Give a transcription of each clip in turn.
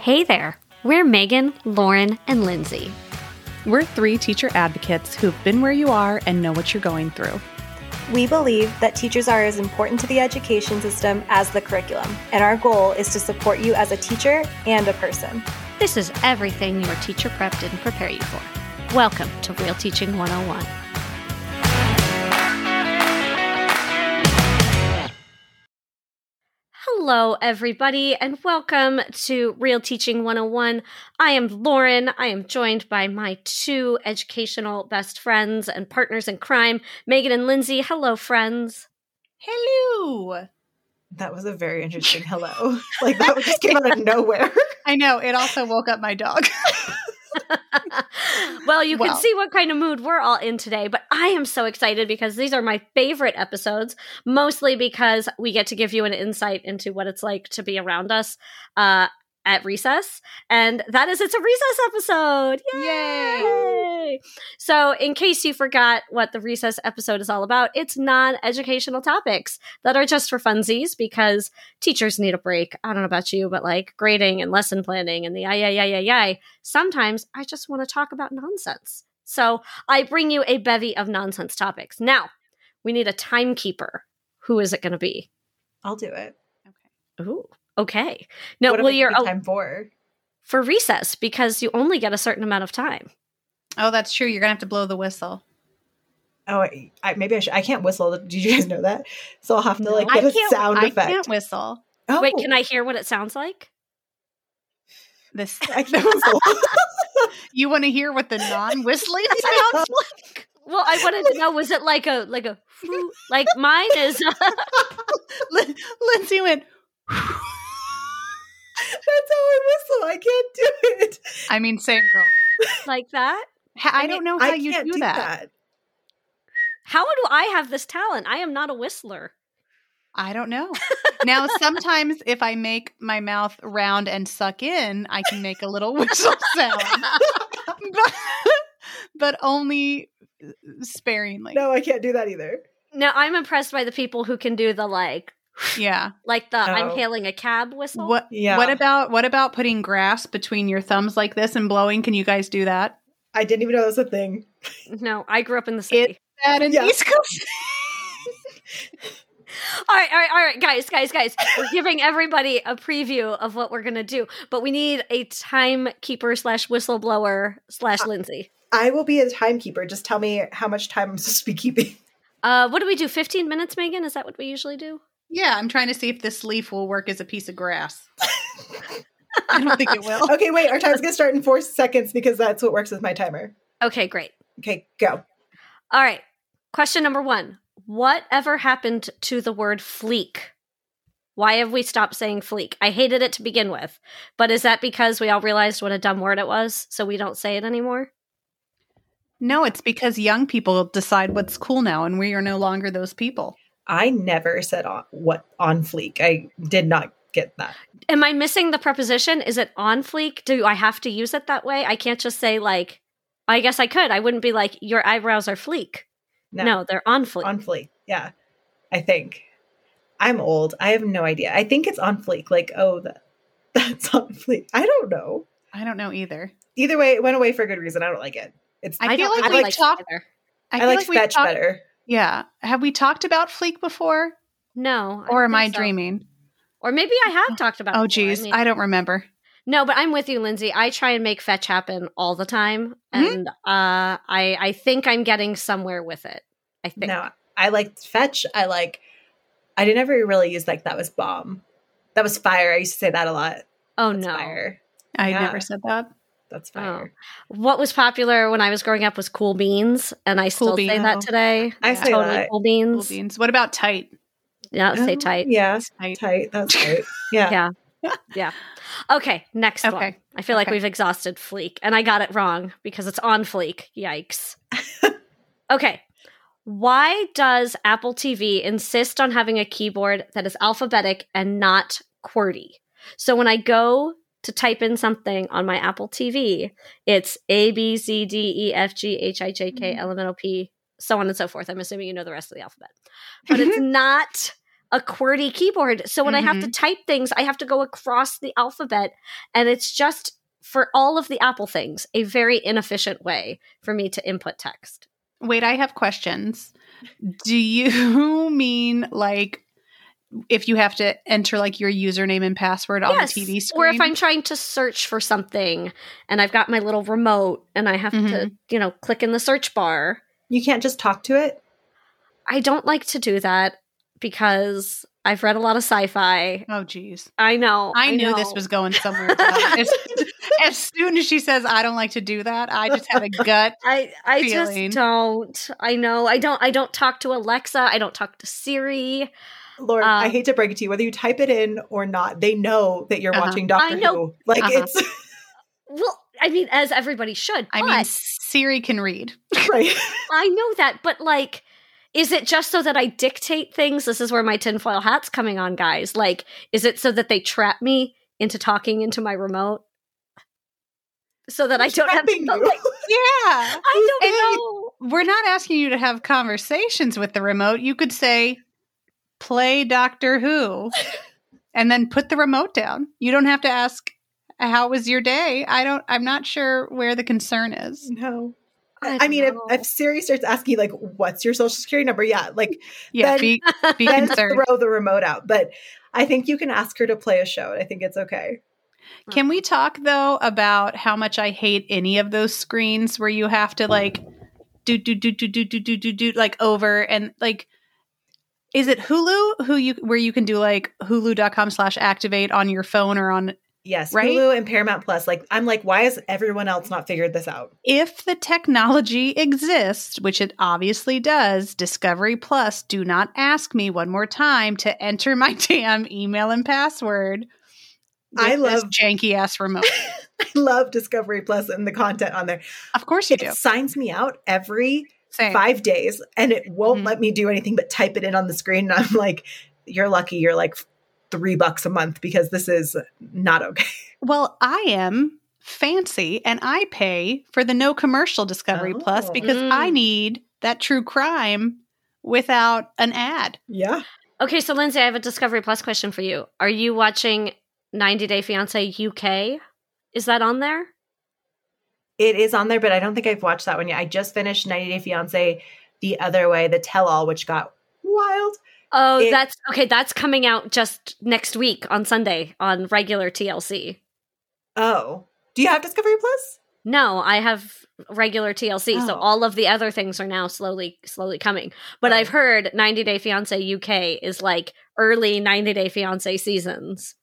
Hey there. We're Megan, Lauren, and Lindsay. We're three teacher advocates who've been where you are and know what you're going through. We believe that teachers are as important to the education system as the curriculum, and our goal is to support you as a teacher and a person. This is everything your teacher prep didn't prepare you for. Welcome to Real Teaching 101. Hello, everybody, and welcome to Real Teaching 101. I am Lauren. I am joined by my two educational best friends and partners in crime, Megan and Lindsay. Hello, friends. Hello. That was a very interesting hello. like, that just came out of nowhere. I know. It also woke up my dog. well, you Wow. can see what kind of mood we're all in today, but I am so excited because these are my favorite episodes, mostly because we get to give you an insight into what it's like to be around us uh, at recess. And that is it's a recess episode. Yay! So, in case you forgot what the recess episode is all about, it's non educational topics that are just for funsies because teachers need a break. I don't know about you, but like grading and lesson planning and the ay, ay, ay, ay, ay. Sometimes I just want to talk about nonsense. So I bring you a bevy of nonsense topics. Now, we need a timekeeper. Who is it going to be? I'll do it. Ooh, okay. No, What am well, I you're taking oh, time for? for recess because you only get a certain amount of time. Oh, that's true. You're going to have to blow the whistle. Oh, I, I, maybe I should. I can't whistle. Did you guys know that? So I'll have to like No. get I a sound I effect. can't whistle. Oh, Wait, can I hear what it sounds like? This I can't whistle. you want to hear what the non-whistling sounds? Well, I wanted to know was it like a like a like mine is Lin- Lindsay went. That's how I whistle. I can't do it. I mean, same girl. like that. Ha- I, mean, don't know I how you can't do, that. How do I have this talent? I am not a whistler. I don't know. Now, sometimes if I make my mouth round and suck in, I can make a little whistle sound, but, but only sparingly. No, I can't do that either. Now I'm impressed by the people who can do the like Yeah. like the Oh. I'm hailing a cab whistle. What? Yeah. What about what about putting grass between your thumbs like this and blowing? Can you guys do that? I didn't even know that was a thing. No, I grew up in the city. That in Yeah. East Coast. All right, all right, all right, guys, guys, guys. We're giving everybody a preview of what we're gonna do, but we need a timekeeper slash whistleblower slash Lindsay. I will be a timekeeper. Just tell me how much time I'm supposed to be keeping. Uh, what do we do? Fifteen minutes, Megan? Is that what we usually do? Yeah, I'm trying to see if this leaf will work as a piece of grass. I don't think it will. Okay, wait. Our time's gonna start in four seconds because that's what works with my timer. Okay, great. Okay, go. All right. Question number one: Whatever happened to the word fleek? Why have we stopped saying fleek? I hated it to begin with, but is that because we all realized what a dumb word it was, so we don't say it anymore? No, it's because young people decide what's cool now, and we are no longer those people. I never said on what on fleek. I did not get that. Am I missing the preposition? Is it on fleek? Do I have to use it that way? I can't just say like. I guess I could. I wouldn't be like your eyebrows are fleek. No, they're on fleek. on fleek. Yeah, I think. I'm old. I have no idea. I think it's on fleek. Like, oh, that, that's on fleek. I don't know. I don't know either. Either way, it went away for good reason. I don't like it. It's I, I, feel don't like really we like talked. either. I, like we fetch talked- better. Yeah, have we talked about Fleek before, No, or don't am I think so. dreaming? Or maybe I have talked about. Oh, it before. I geez, mean- I don't remember. No, but I'm with you, Lindsay. I try and make fetch happen all the time, Mhm. and uh, I I think I'm getting somewhere with it. I think. No, I liked fetch. I like. I didn't ever really use like that was bomb. That was fire. I used to say that a lot. oh That's no. fire. I Yeah. never said that. That's fire. What was popular when I was growing up was cool beans, and I still say beans. that today. I Yeah. say totally that. cool beans. Cool beans. What about tight? Yeah, stay Oh, tight. Yeah, Tight. tight. That's right. Yeah. Yeah. Okay, next one. Okay. I feel like Okay. we've exhausted fleek, and I got it wrong because it's on fleek. Yikes. okay. Why does Apple TV insist on having a keyboard that is alphabetic and not QWERTY? So when I go to type in something on my Apple TV, it's A B C D E F G H I J Mm-hmm. K L M N O P, so on and so forth. I'm assuming you know the rest of the alphabet, but it's not a QWERTY keyboard. So when I have to Mm-hmm. type things, I have to go across the alphabet. And it's just for all of the Apple things, a very inefficient way for me to input text. Wait, I have questions. Do you mean like if you have to enter like your username and password Yes, on the TV screen? Or if I'm trying to search for something and I've got my little remote and I have Mm-hmm. to, you know, click in the search bar. You can't just talk to it. I don't like to do that because I've read a lot of sci-fi. Oh geez. I know. I, knew know. this was going somewhere. Todd. as, as soon as she says I don't like to do that, I just had a gut. I I feeling. just don't. I know. I don't I don't talk to Alexa. I don't talk to Siri. Lord, I Um, hate to break it to you. Whether you type it in or not, they know that you're Uh-huh. watching Doctor I know. Who. Like Uh-huh. it's Well, I mean as everybody should. I but mean Siri can read. right. I know that, but like is it just so that I dictate things? This is where my tinfoil hat's coming on, guys. Like, is it so that they trap me into talking into my remote? So that I don't have to Trapping like, you. Yeah. I And you- don't know. We're not asking you to have conversations with the remote. You could say play Doctor Who and then put the remote down. You don't have to ask how was your day? I don't I'm not sure where the concern is. No. I I, don't mean, if, know. if Siri starts asking, like, what's your social security number? Yeah, like, Yeah, Then- be be then concerned. throw the remote out. But I think you can ask her to play a show, and I think it's okay. Can we talk though about how much I hate any of those screens where you have to like do do do do do do do do do like over and like is it Hulu who you where you can do like hulu.com slash activate on your phone or on Yes, Right? Hulu and Paramount Plus. Like, I'm like, why has everyone else not figured this out? if the technology exists, which it obviously does, Discovery Plus, do not ask me one more time to enter my damn email and password. with I this love- janky ass remote. I love Discovery Plus and the content on there. of course you It do. signs me out every Same. five days, and it won't Mm-hmm. Mhm. let me do anything but type it in on the screen. And I'm like, you're lucky. You're like three bucks a month because this is not okay. Well, I am fancy and I pay for the no commercial Discovery Plus Oh. because Mm. I need that true crime without an ad. Yeah. Okay, so Lindsay, I have a Discovery Plus question for you. Are you watching 90 Day Fiance UK? Is that on there? It is on there, but I don't think I've watched that one yet. I just finished 90 Day Fiance the other way, the tell all, which got wild. Oh, It- that's okay. That's coming out just next week on Sunday on regular TLC. Oh. Do you have Discovery Plus? No, I have regular TLC, so Oh. all of the other things are now slowly, slowly coming. But Oh. I've heard 90 Day Fiance UK is like early 90 Day Fiance seasons.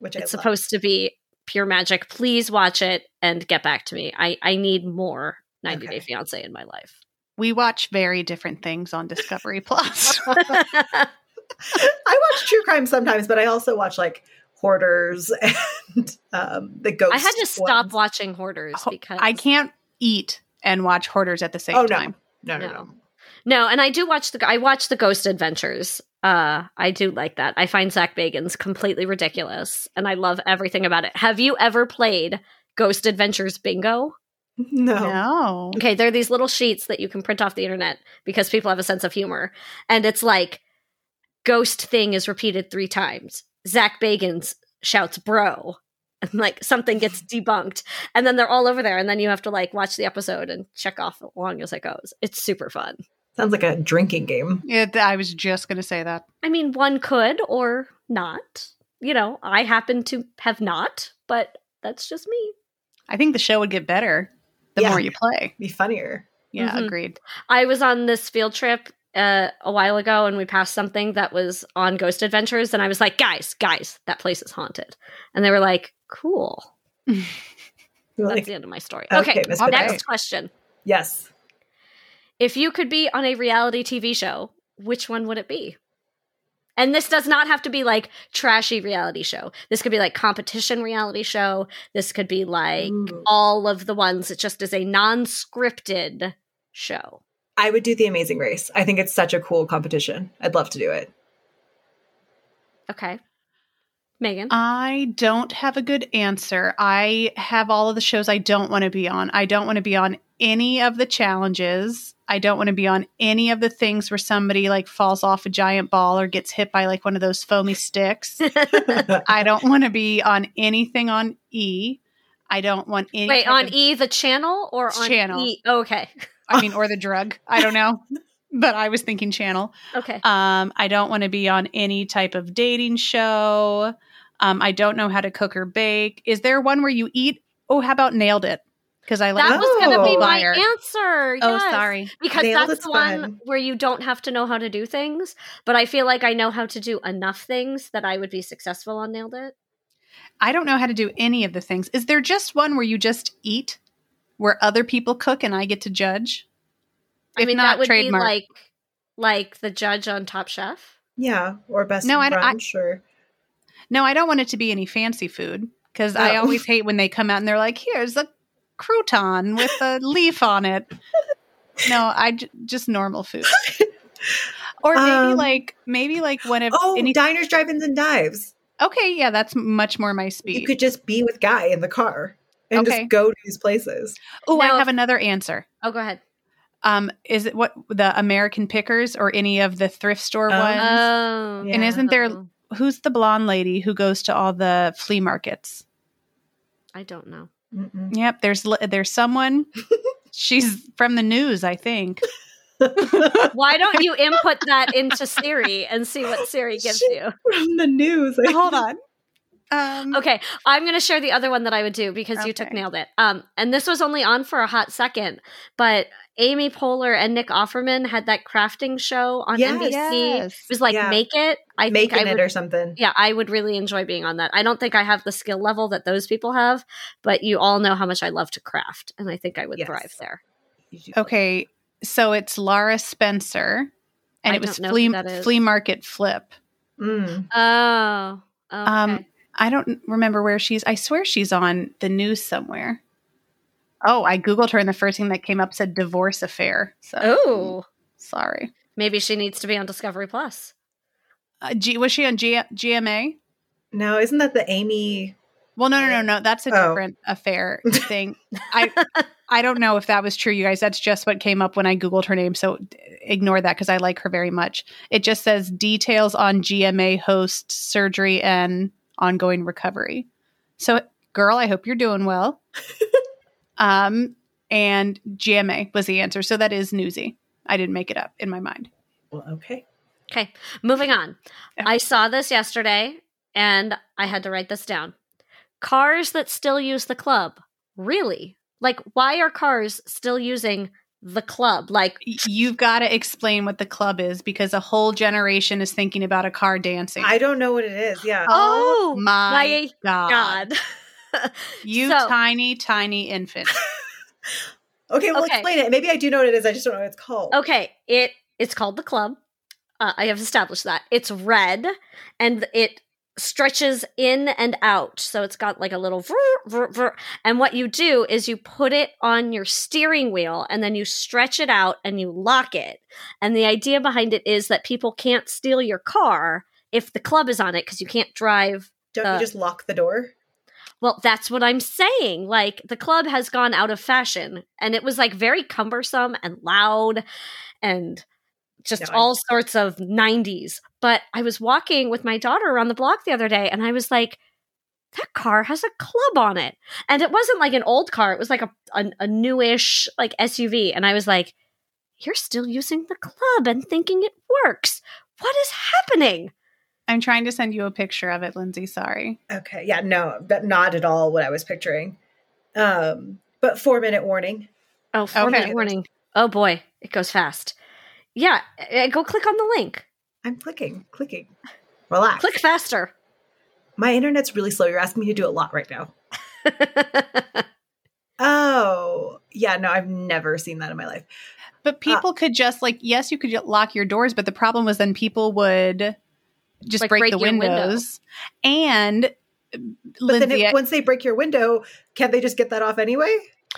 Which it's I love. supposed to be pure magic. Please watch it and get back to me. I, I need more 90 Day Okay. Fiance in my life. We watch very different things on Discovery Plus. I watch true crime sometimes, but I also watch like hoarders and um, the ghost. I had to stop ones. watching Hoarders Ho- because I can't eat and watch hoarders at the same Oh, no. time. No, no, No. no. No, and I do watch the I watch the Ghost Adventures. Uh, I do like that. I find Zach Bagans completely ridiculous, and I love everything about it. Have you ever played Ghost Adventures Bingo? No. No. Okay, there are these little sheets that you can print off the internet because people have a sense of humor. And it's like ghost thing is repeated three times. Zach Bagans shouts bro. And like something gets debunked. And then they're all over there. And then you have to like watch the episode and check off along as it goes. It's super fun. Sounds like a drinking game. It, I was just going to say that. I mean, one could or not. You know, I happen to have not, but that's just me. I think the show would get better the Yeah. more you play. Be funnier. Yeah, Mhm. agreed. I was on this field trip uh, a while ago and we passed something that was on Ghost Adventures. And I was like, guys, guys, that place is haunted. And they were like, cool. You're That's like, the end of my story. okay, Okay, Miss all Potato. next question. Yes. If you could be on a reality TV show, which one would it be? And this does not have to be like trashy reality show. This could be like competition reality show. This could be like Ooh. all of the ones. It just is a non scripted show. I would do the Amazing Race. I think it's such a cool competition. I'd love to do it. Okay. Megan? I don't have a good answer. I have all of the shows I don't want to be on. I don't want to be on any of the challenges. I don't want to be on any of the things where somebody like falls off a giant ball or gets hit by like one of those foamy sticks. I don't want to be on anything on E. I don't want any Wait, type on of- E the channel or on Channel. E? Okay. I mean or the drug. I don't know. but I was thinking channel. Okay. Um, I don't want to be on any type of dating show. Um, I don't know how to cook or bake. Is there one where you eat? Oh, how about nailed it? Because I like that was going to be Oh. my Fire. answer. Oh, yes. sorry. Because Nailed that's it's the one fun. where you don't have to know how to do things, but I feel like I know how to do enough things that I would be successful on Nailed It. I don't know how to do any of the things. Is there just one where you just eat, where other people cook and I get to judge? I If mean, not, that would trademark. be like like the judge on Top Chef. Yeah, or best No, no, I I, don't- I- brunch or No, I don't want it to be any fancy food because I Oh. always hate when they come out and they're like, "Here's a crouton with a leaf on it." No, I j- just normal food. Or maybe Um, like maybe like one of oh, any diners, drive-ins, and dives. Okay, yeah, that's much more my You speed. could just be with Guy in the car and Okay. just go to these places. Oh, Now I if- have another answer. Oh, go ahead. Um, is it what the American Pickers or any of the thrift store Oh. ones? Oh, And isn't there- Who's the blonde lady who goes to all the flea markets? I don't know. Mm-mm. Yep, there's li- there's someone. She's from the news, I think. Why don't you input that into Siri and see what Siri gives you? From the news. I- Hold on. Um, Okay, I'm going to share the other one that I would do because you took Okay. nailed it. Um, and this was only on for a hot second, but Amy Poehler and Nick Offerman had that crafting show on Yes. NBC. Yes. It was like Yeah. Make It. I Making think I it would, or something. yeah, I would really enjoy being on that. I don't think I have the skill level that those people have, but you all know how much I love to craft, and I think I would Yes. thrive there. Okay, so it's Laura Spencer, and I it was don't know who flea that is. flea market flip. Mm. Oh, okay. Um, I don't remember where she's. I swear she's on the news somewhere. Oh, I googled her, and the first thing that came up said divorce affair. So oh, sorry. maybe she needs to be on Discovery Plus. Uh, G- was she on G- GMA? No, isn't that the Amy? Well, no, no, no, no. That's a Oh. different affair thing. I I don't know if that was true, you guys. That's just what came up when I googled her name. So d- ignore that because I like her very much. It just says details on GMA host surgery and ongoing recovery. So, girl, I hope you're doing well. um, and GMA was the answer. So that is newsy. I didn't make it up in my mind. Well, okay. Okay, moving on. I saw this yesterday and I had to write this down. Cars that still use the club. Really? Like, why are cars still using the club? Like, Y- You've got to explain what the club is because a whole generation is thinking about a car dancing. I don't know what it is. Yeah. Uh, oh, my my God. God. You So- tiny, tiny infant. Okay, well, Okay. explain it. Maybe I do know what it is. I just don't know what it's called. okay, it it's called the club. Uh, I have established that. It's red and it stretches in and out. So it's got like a little vroom, vroom, vroom. and what you do is you put it on your steering wheel and then you stretch it out and you lock it. And the idea behind it is that people can't steal your car if the club is on it because you can't drive Don't Uh, you just lock the door? well, that's what I'm saying. Like the club has gone out of fashion and it was like very cumbersome and loud and just No, I- all sorts of 90s. But I was walking with my daughter around the block the other day and I was like, that car has a club on it. And it wasn't like an old car, it was like a, a, a newish like SUV. And I was like, you're still using the club and thinking it works. What is happening? I'm trying to send you a picture of it, Lindsay. Sorry. Okay. Yeah. No, that not at all what I was picturing. Um, but four minute warning. Oh, four Okay. minute warning. Oh boy, it goes fast. Yeah, eh, go click on the link. I'm clicking, clicking. Relax. Click faster. My internet's really slow. You're asking me to do a lot right now. I Oh, yeah. No, I've never seen that in my life. Uh, But people could just like, yes, you could ju- lock your doors, but the problem was then people would just Like, break, break the your window. windows. And uh, But Lindsay, then, I- if, once they break your window, can't they just get that off anyway?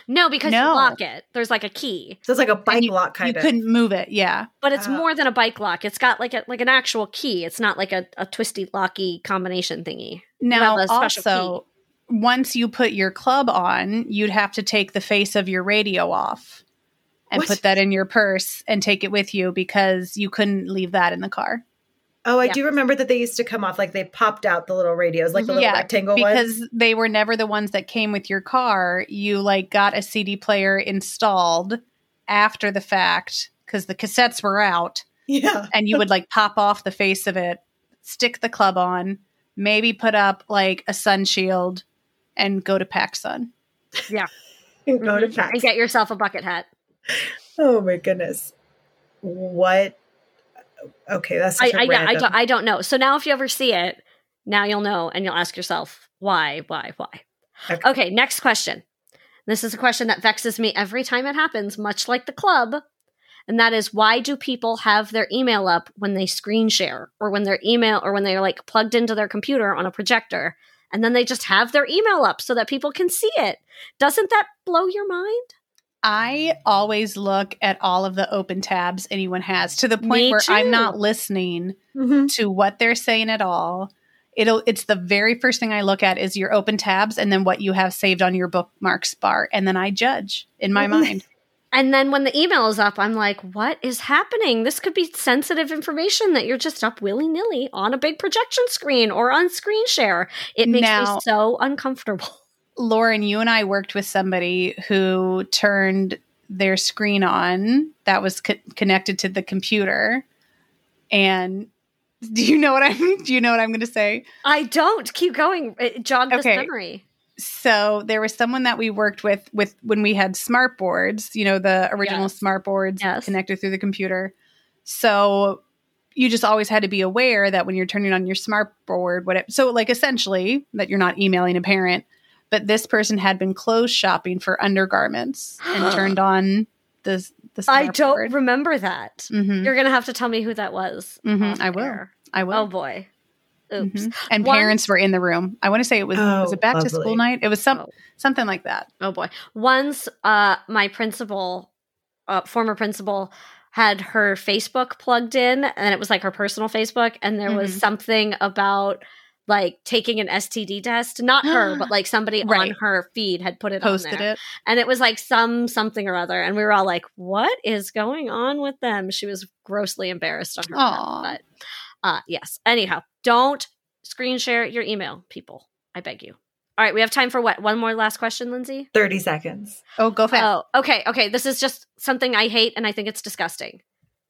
No, because you No. lock it. There's like a key, So it's like a bike And you- lock kind you of. couldn't move it. Yeah. but it's Ah. more than a bike lock. It's got like a like an actual key. It's not like a, a twisty locky combination thingy. Now, have a special also, once you put your club on, you'd have to take the face of your radio off and What? put that in your purse and take it with you because you couldn't leave that in the car. oh, I yeah. do remember that they used to come off like they popped out the little radios, like the Mhm. little Mm-hmm. Yeah, rectangle ones. because they were never the ones that came with your car. You like got a CD player installed after the fact because the cassettes were out, Yeah. and you would like pop off the face of it, stick the club on, maybe put up like a sun shield, and go to PacSun. And Mm-hmm. go to Mhm. PAX. and get yourself a bucket hat. Oh my goodness. What? Okay, that's I, such I, a yeah, I, random- don't, I don't know. So now if you ever see it, now you'll know and you'll ask yourself, why, why, why? Okay. Okay, next question. This is a question that vexes me every time it happens, much like the club. And that is why do people have their email up when they screen share or when their email or when they're like plugged into their computer on a projector and then they just have their email up so that people can see it? Doesn't that blow your mind? I always look at all of the open tabs anyone has to the point Me where too. I'm not listening Mm-hmm. Mhm. to what they're saying at all. It'll it's the very first thing I look at is your open tabs and then what you have saved on your bookmarks bar and then I judge in my mind. And then when the email is up, I'm like, what is happening? This could be sensitive information that you're just up willy nilly on a big projection screen or on screen share. It makes Now- me so uncomfortable. Lauren, you and I worked with somebody who turned their screen on that was co- connected to the computer and do you know what I'm do you know what I'm going to say? I don't keep going. It jogged this Okay. memory. so there was someone that we worked with with when we had smart boards you know the original Yes. smart boards Yes. connected through the computer so you just always had to be aware that when you're turning on your smart board what it, so like essentially that you're not emailing a parent but this person had been clothes shopping for undergarments and turned on the the smart I don't board. remember that. Mhm. You're going to have to tell me who that was. Mhm, off I will. air. I will Oh, boy. Oops. Mhm. and One- parents were in the room I want to say it was it was Oh, a back to lovely. school night it was some Oh. something like that Oh boy. Once uh my principal uh former principal had her Facebook plugged in and it was like her personal Facebook and there was Mhm. something about like taking an STD test, not her, but like somebody on Right. her feed had put it on posted there. it And it was like some something or other and we were all like, "What is going on with them?" She was grossly embarrassed on her. part, Aw. But uh yes. Anyhow, don't screen share your email, people. I beg you. All right, we have time for what? One more last question, Lindsay? 30 seconds. oh go fast Oh, okay, okay. This is just something I hate, and I think it's disgusting.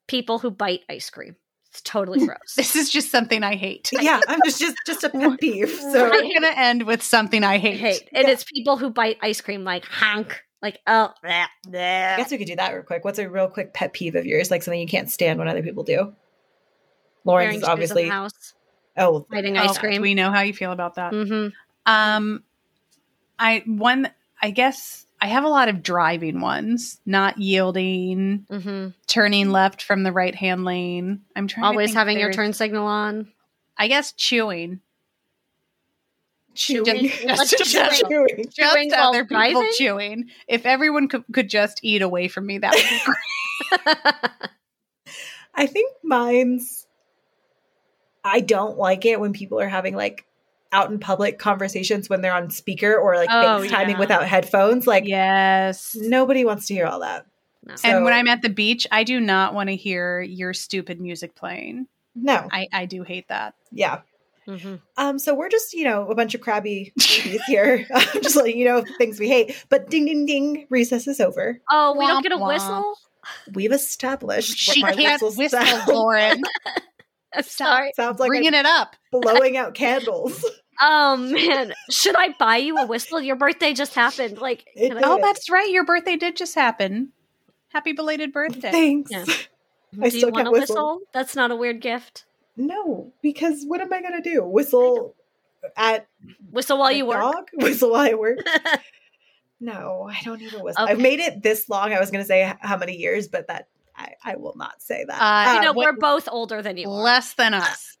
People who bite ice cream. It's totally gross. This is just something I hate. Yeah, I'm just just just a pet peeve. So We're going to end with something I I hate. hate, and Yeah. it's people who bite ice cream like honk, like oh, bleh, bleh. I guess we could do that real quick. What's a real quick pet peeve of yours? Like something you can't stand when other people do? Wearing shoes Lauren's in is the obviously. house Oh, biting Oh, ice cream. We know how you feel about that. hmm Um, I one. I guess I have a lot of driving ones, not yielding, hmm turning left from the right hand lane. I'm trying. to Always think having your there's- turn signal on. I guess chewing. chewing. Just- just- chewing. Just Chewing while other people driving? chewing. If everyone could, could just eat away from me, that would be great. I think mine's. I don't like it when people are having like out in public conversations when they're on speaker or like Oh, FaceTiming yeah. without headphones. Like yes. nobody wants to hear all that. No. and when So- I'm at the beach, I do not want to hear your stupid music playing. No, I, I do hate that. yeah. hmm Um, so we're just you know a bunch of crabby babies here. I'm just letting you know things we hate. But ding ding ding, recess is over. Oh, we don't get a Womp womp. whistle. We've established She what my can't whistle whistle, sound- Lauren. I'm Stop. sorry. sounds like I'm Bringing it up. blowing out candles. Oh man, should I buy you a whistle? Your birthday just happened. Like, It can I- did. Oh, that's right. Your birthday did just happen. Happy belated birthday. Thanks. Yeah. I do you still want can't a whistle. whistle? That's not a weird gift. No, because what am I gonna do? Whistle at Whistle while the you work. dog? Whistle while I work? No, I don't need a whistle. I've Okay. made it this long. I was gonna say h- how many years, but that I, I will not say that. Uh, you Um, know, what- we're both older than you. are. Less than us.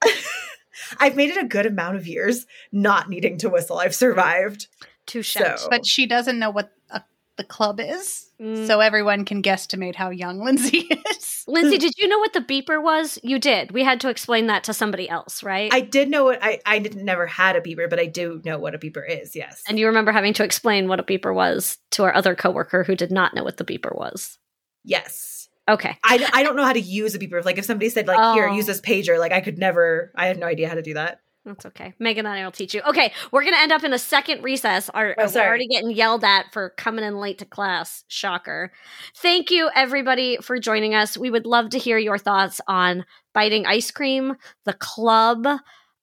I've made it a good amount of years not needing to whistle. I've survived. Touche. shout. So- But she doesn't know what a, the club is, Mm. so everyone can guesstimate how young Lindsay is. Lindsay, did you know what the beeper was? You did. We had to explain that to somebody else, right? I did know what I I didn't never had a beeper, but I do know what a beeper is. Yes, and you remember having to explain what a beeper was to our other coworker who did not know what the beeper was. yes. Okay. I, I don't know how to use a beeper. Like if somebody said like here Oh. use this pager, like I could never. I had no idea how to do that. That's okay. Megan and I will teach you. Okay, we're gonna end up in a second recess. Our, Oh, we're sorry. already getting yelled at for coming in late to class. Shocker. Thank you everybody for joining us. We would love to hear your thoughts on biting ice cream, the club,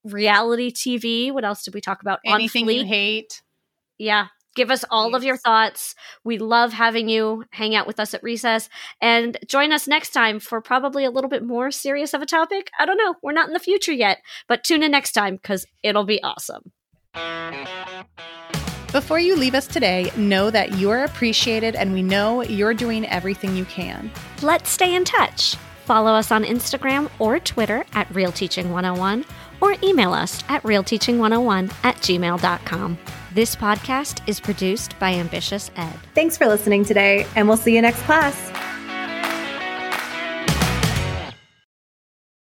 reality TV. What else did we talk about? Anything on you Fleek. hate. Yeah. Give us all of your Yes. thoughts. We love having you hang out with us at recess and join us next time for probably a little bit more serious of a topic. I don't know. We're not in the future yet, but tune in next time because it'll be awesome. Before you leave us today, know that you are appreciated and we know you're doing everything you can. Let's stay in touch. Follow us on Instagram or Twitter at Real Teaching 101 or email us at realteaching101 at gmail.com. This podcast is produced by Ambitious Ed. Thanks for listening today, and we'll see you next class.